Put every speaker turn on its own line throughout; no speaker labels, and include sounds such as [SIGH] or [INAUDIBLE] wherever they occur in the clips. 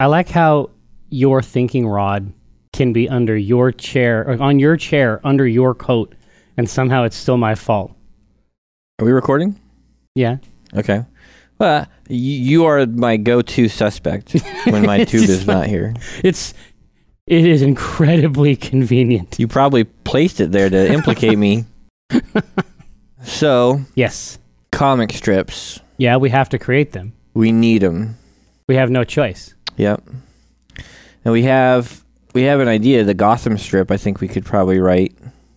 I like how your thinking rod can be under your chair or on your chair under your coat and somehow it's still my fault.
Are we recording?
Yeah.
Okay. Well, you, you are my go-to suspect when [LAUGHS] my
It's
tube
just
is not here.
It's it is incredibly [LAUGHS] convenient.
You probably placed it there to implicate me. So,
Yes.
comic strips,
Yeah, we have to create them.
we need them.
We have no choice.
Yep. And we have we have an idea. The Gotham strip, I think we could probably write.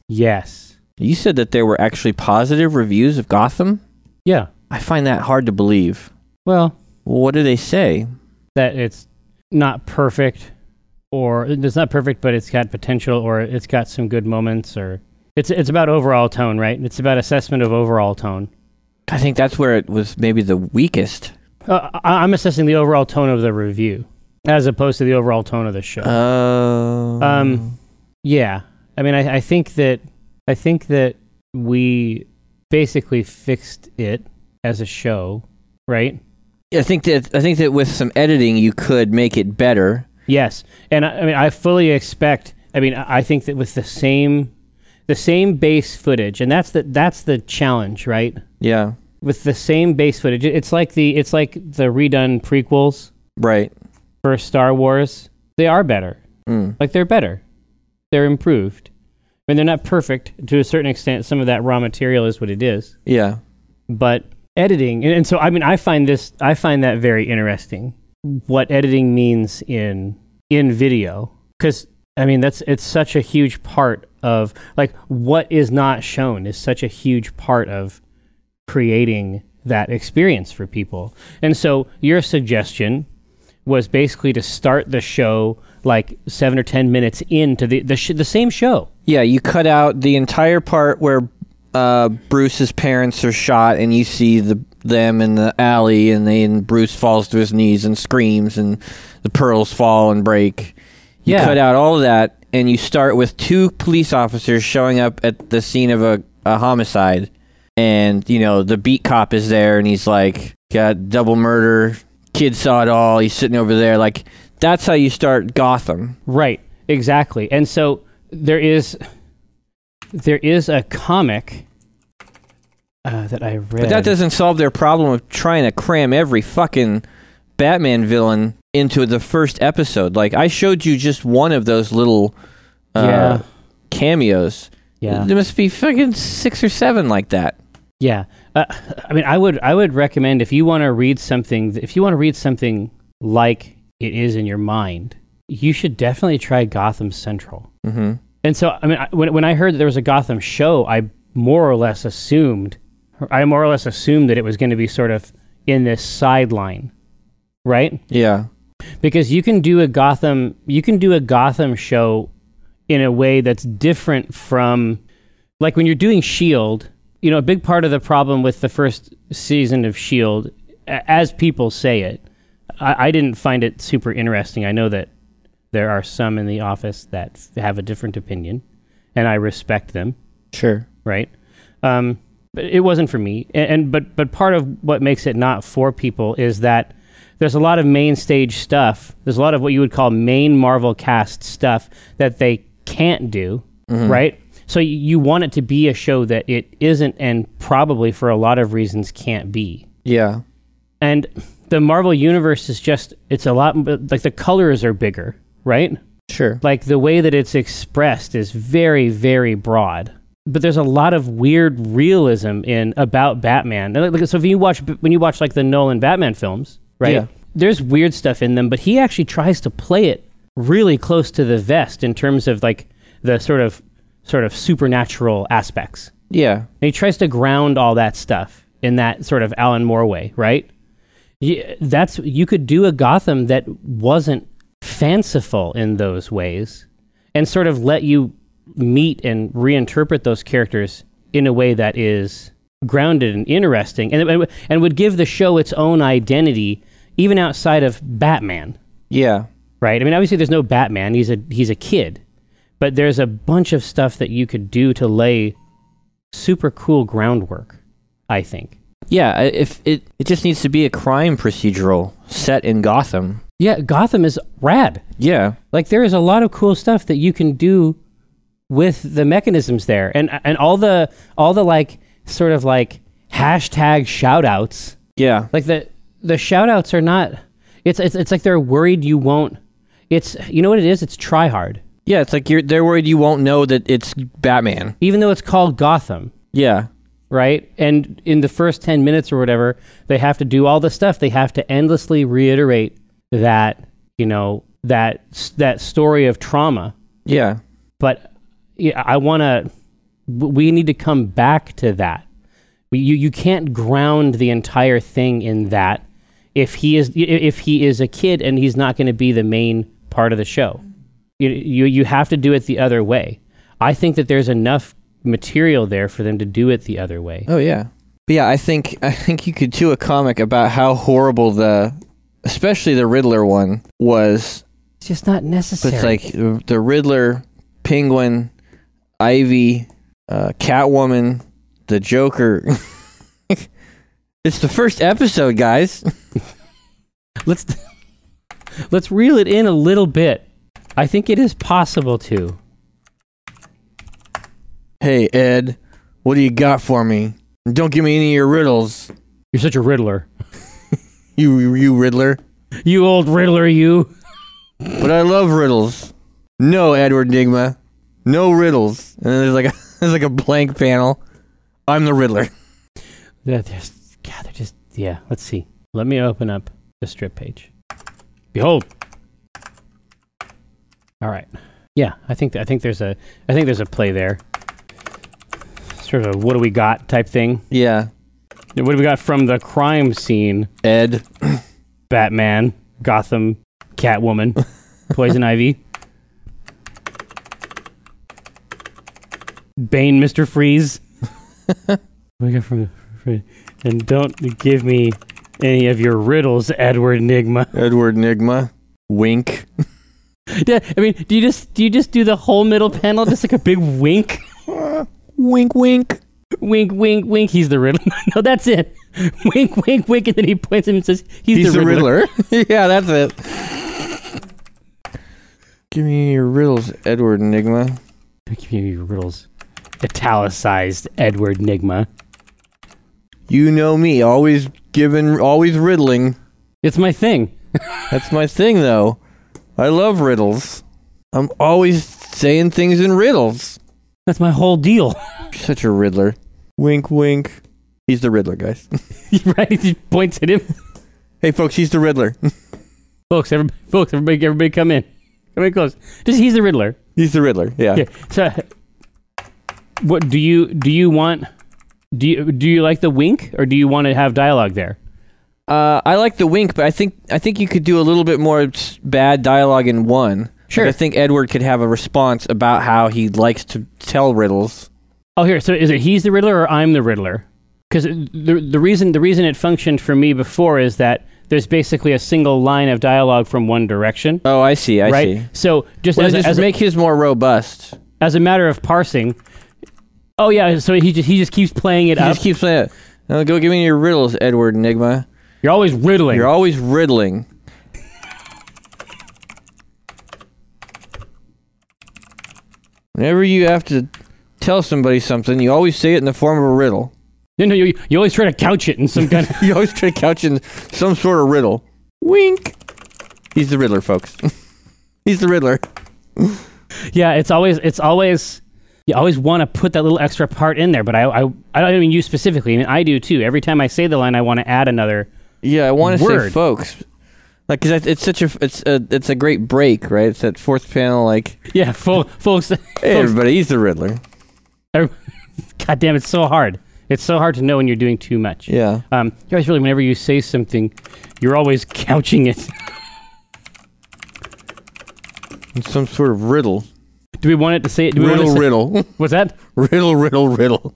Yes.
You said that there were actually positive reviews of Gotham.
Yeah.
I find that hard to believe.
Well,
What do they say?
that it's not perfect or it's not perfect but it's got potential or it's got some good moments or it's it's about overall tone, right? It's about assessment of overall tone.
I think that's where it was maybe the weakest.
Uh, I- I'm assessing the overall tone of the review as opposed to the overall tone of the show.
Oh.
Um, yeah, I mean, I, I think that I think that we basically fixed it as a show, right?
I think that I think that with some editing you could make it better.
Yes, and I, I mean, I fully expect. I mean, I I think that with the same the same base footage, and that's the that's the challenge, right?
Yeah.
With the same base footage, it- it's like the it's like the redone prequels
Right.
for Star Wars. They are better.
Mm.
like they're better they're improved i mean they're not perfect to a certain extent some of that raw material is what it is
Yeah.
but editing and, and so i mean i find this i find that very interesting what editing means in in video because i mean that's it's such a huge part of like what is not shown is such a huge part of creating that experience for people and so your suggestion was basically to start the show like seven or ten minutes into the the, sh- the same show
Yeah. You cut out the entire part where uh, Bruce's parents are shot, and you see the them in the alley, and they and Bruce falls to his knees and screams, and the pearls fall and break. You
Yeah.
cut out all of that, and you start with two police officers showing up at the scene of a, a homicide, and you know the beat cop is there, and he's like got double murder. Kid saw it all. He's sitting over there. Like that's how you start Gotham.
Right, exactly. And so there is there is a comic uh, that I read.
But that doesn't solve their problem of trying to cram every fucking Batman villain into the first episode. Like I showed you just one of those little uh,
Yeah.
cameos.
yeah,
There must be fucking six or seven like that.
yeah. Uh, I mean, I would I would recommend if you want to read something if you want to read something like it is in your mind, you should definitely try Gotham Central.
hmm
And so, I mean, I, when, when I heard that there was a Gotham show, I more or less assumed, I more or less assumed that it was going to be sort of in this sideline, right?
Yeah.
because you can do a Gotham you can do a Gotham show in a way that's different from like when you're doing Shield, E you know, a big part of the problem with the first season of Shield E a- as people say it, I, I didn't find it super interesting. I know that there are some in the office that f- have a different opinion and I respect them
Sure.
right? Um, but it wasn't for me. And, and but but part of what makes it not for people is that there's a lot of main stage stuff. There's a lot of what you would call main Marvel cast stuff that they can't do, right? So y- you want it to be a show that it isn't, and probably for a lot of reasons can't be.
Yeah.
And the Marvel universe is just it's a lot like the colors are bigger, right?
Sure.
like the way that it's expressed is very very broad but there's a lot of weird realism in about batman And, like, so if you watch when you watch like the nolan batman films right
Yeah.
there's weird stuff in them but he actually tries to play it really close to the vest in terms of like the sort of sort of supernatural aspects
yeah.
and he tries to ground all that stuff in that sort of Alan Moore way, right? Y that's you could do a Gotham that wasn't fanciful in those ways, and sort of let you meet and reinterpret those characters in a way that is grounded and interesting, and and, and would give the show its own identity, even outside of Batman
Yeah.
right? I mean, obviously, there's no Batman. He's a he's a kid, but there's a bunch of stuff that you could do to lay super cool groundwork. I think.
Yeah. I- If it it just needs to be a crime procedural set in Gotham.
yeah, Gotham is rad.
Yeah.
Like there is a lot of cool stuff that you can do with the mechanisms there, and and all the all the like sort of like hashtag shout outs.
Yeah.
Like the the shout outs are not. It's it's it's like they're worried you won't. It's you know what it is. It's try hard,
Yeah, it's like you're they're worried you won't know that it's Batman.
even though it's called Gotham.
Yeah.
right? And in the first 10 minutes or whatever, they have to do all the stuff. They have to endlessly reiterate that, you know, that that story of trauma.
Yeah.
But yeah, I want to we need to come back to that. We, you you can't ground the entire thing in that if he is i- if he is a kid and he's not going to be the main part of the show. You, you you have to do it the other way. I think that there's enough material there for them to do it the other way.
Oh yeah. But yeah, I think I think you could do a comic about how horrible the especially the Riddler one was.
It's just not necessary.
But it's like the the Riddler, Penguin, Ivy, uh, Catwoman, the Joker. [LAUGHS] it's the first episode, guys.
let's [LAUGHS] let's reel it in a little bit. I think it is possible to.
Hey Ed, what do you got for me? Don't give me any of your riddles,
You're such a riddler.
you you Riddler.
You old riddler, you.
But I love riddles. No, Edward Nigma. No riddles. And then there's like a [LAUGHS] there's like a blank panel. I'm the Riddler.
Yeah, they're, s- God, they're just yeah. Let's see. Let me open up the strip page. Behold. All right. Yeah, I think I think there's a I think there's a play there. Sort of a what do we got type thing.
Yeah.
What do we got from the crime scene?
Ed.
Batman, Gotham,
[LAUGHS]
Catwoman, Poison Ivy, Bane, Mister Freeze.
[LAUGHS]
What we got from, from- and don't give me any of your riddles, Edward Nigma. [LAUGHS]
Edward Nigma. Wink.
Yeah, I mean, do you just do you just do the whole middle panel just like a big wink,
[LAUGHS] Wink wink.
wink, wink, wink? He's the riddler. [LAUGHS] no, that's it. Wink, wink, wink, and then he points at him and says, "He's,
He's
the,
the
riddler.
Riddler. [LAUGHS] yeah, that's it. Give me your riddles, Edward Nigma.
Give me your riddles. Italicized Edward Nigma.
You know me, always giving always riddling.
It's my thing.
That's my thing though. I love riddles. I'm always saying things in riddles.
That's my whole deal. [LAUGHS]
Such a Riddler. Wink, wink. He's the Riddler, guys.
right? He just points at him.
hey, folks, he's the Riddler.
Folks, everybody, folks, everybody, everybody come in. Everybody close. Just he's the Riddler.
He's the Riddler. Yeah.
Okay. So what do you do you want do you do you like the wink or do you want to have dialogue there?
Uh, I like the wink, but I think I think you could do a little bit more s- bad dialogue in one.
Sure.
Like, I think Edward could have a response about how he likes to tell riddles.
Oh, here. So is it he's the Riddler or I'm the Riddler? Because the the reason the reason it functioned for me before is that there's basically a single line of dialogue from one direction,
Oh, I see. I
right?
see.
So just
Well,
as, a-
just
as a-
make his more robust.
as a matter of parsing. Oh yeah, so he just he just keeps playing it
He
up.
just keeps saying, it. "Now "Go give me your riddles, Edward Enigma.
You're always riddling.
You're always riddling." Whenever you have to tell somebody something, you always say it in the form of a riddle. [LAUGHS]
No, no, you, you always try to couch it in some kind of.
You always try to couch in some sort of riddle. Wink. He's the Riddler, folks. [LAUGHS] He's the Riddler.
[LAUGHS] yeah, it's always it's always you always want to put that little extra part in there. But I I, I don't mean you specifically. I mean I do too. Every time I say the line, I want to add another.
Yeah, I want to say
Word.
folks, like 'cause that it's such a it's a it's a great break, right? It's that fourth panel, like
Yeah, full folks. [LAUGHS]
hey,
folks
everybody, he's the Riddler.
every- God damn, it's so hard. It's so hard to know when you're doing too much.
Yeah.
Um, you always really whenever you say something, you're always couching it. [LAUGHS]
It's some sort of riddle.
do we want it to say it? Do we want to
Riddle,
say,
riddle.
What's that?
Riddle, riddle, riddle.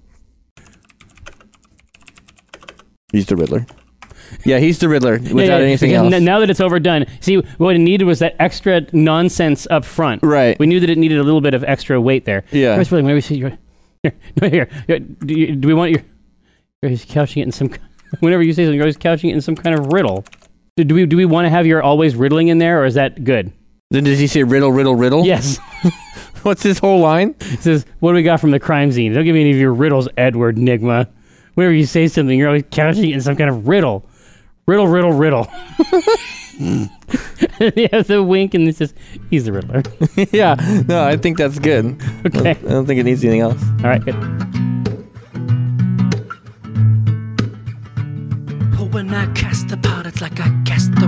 He's the Riddler. Yeah, he's the Riddler without
Yeah, yeah,
anything
because
else.
n- now that it's overdone, see what it needed was that extra nonsense up front.
Right.
We knew that it needed a little bit of extra weight there.
Yeah.
Chris William, whenever you see your, here, [LAUGHS] no, here, here, do, you, [LAUGHS] do we want your? You're just couching it in some. ki- Whenever you say something, you're always couching it in some kind of riddle. Do we do we want to have your always riddling in there, or is that
[LAUGHS]
good?
Then does he say riddle, riddle, riddle?
Yes.
[LAUGHS] What's his whole line? [LAUGHS]
It says, "What do we got from the crime scene? Don't give me any of your riddles, Edward Nigma. Whenever you say something, you're always couching it in some kind of riddle, riddle, riddle, riddle." [LAUGHS] he has a wink, and it says, "He's the Riddler." [LAUGHS]
yeah. No, I think that's good.
Okay.
I don't think it needs anything else.
All right. Good.
But when I cast the pot, it's like I cast the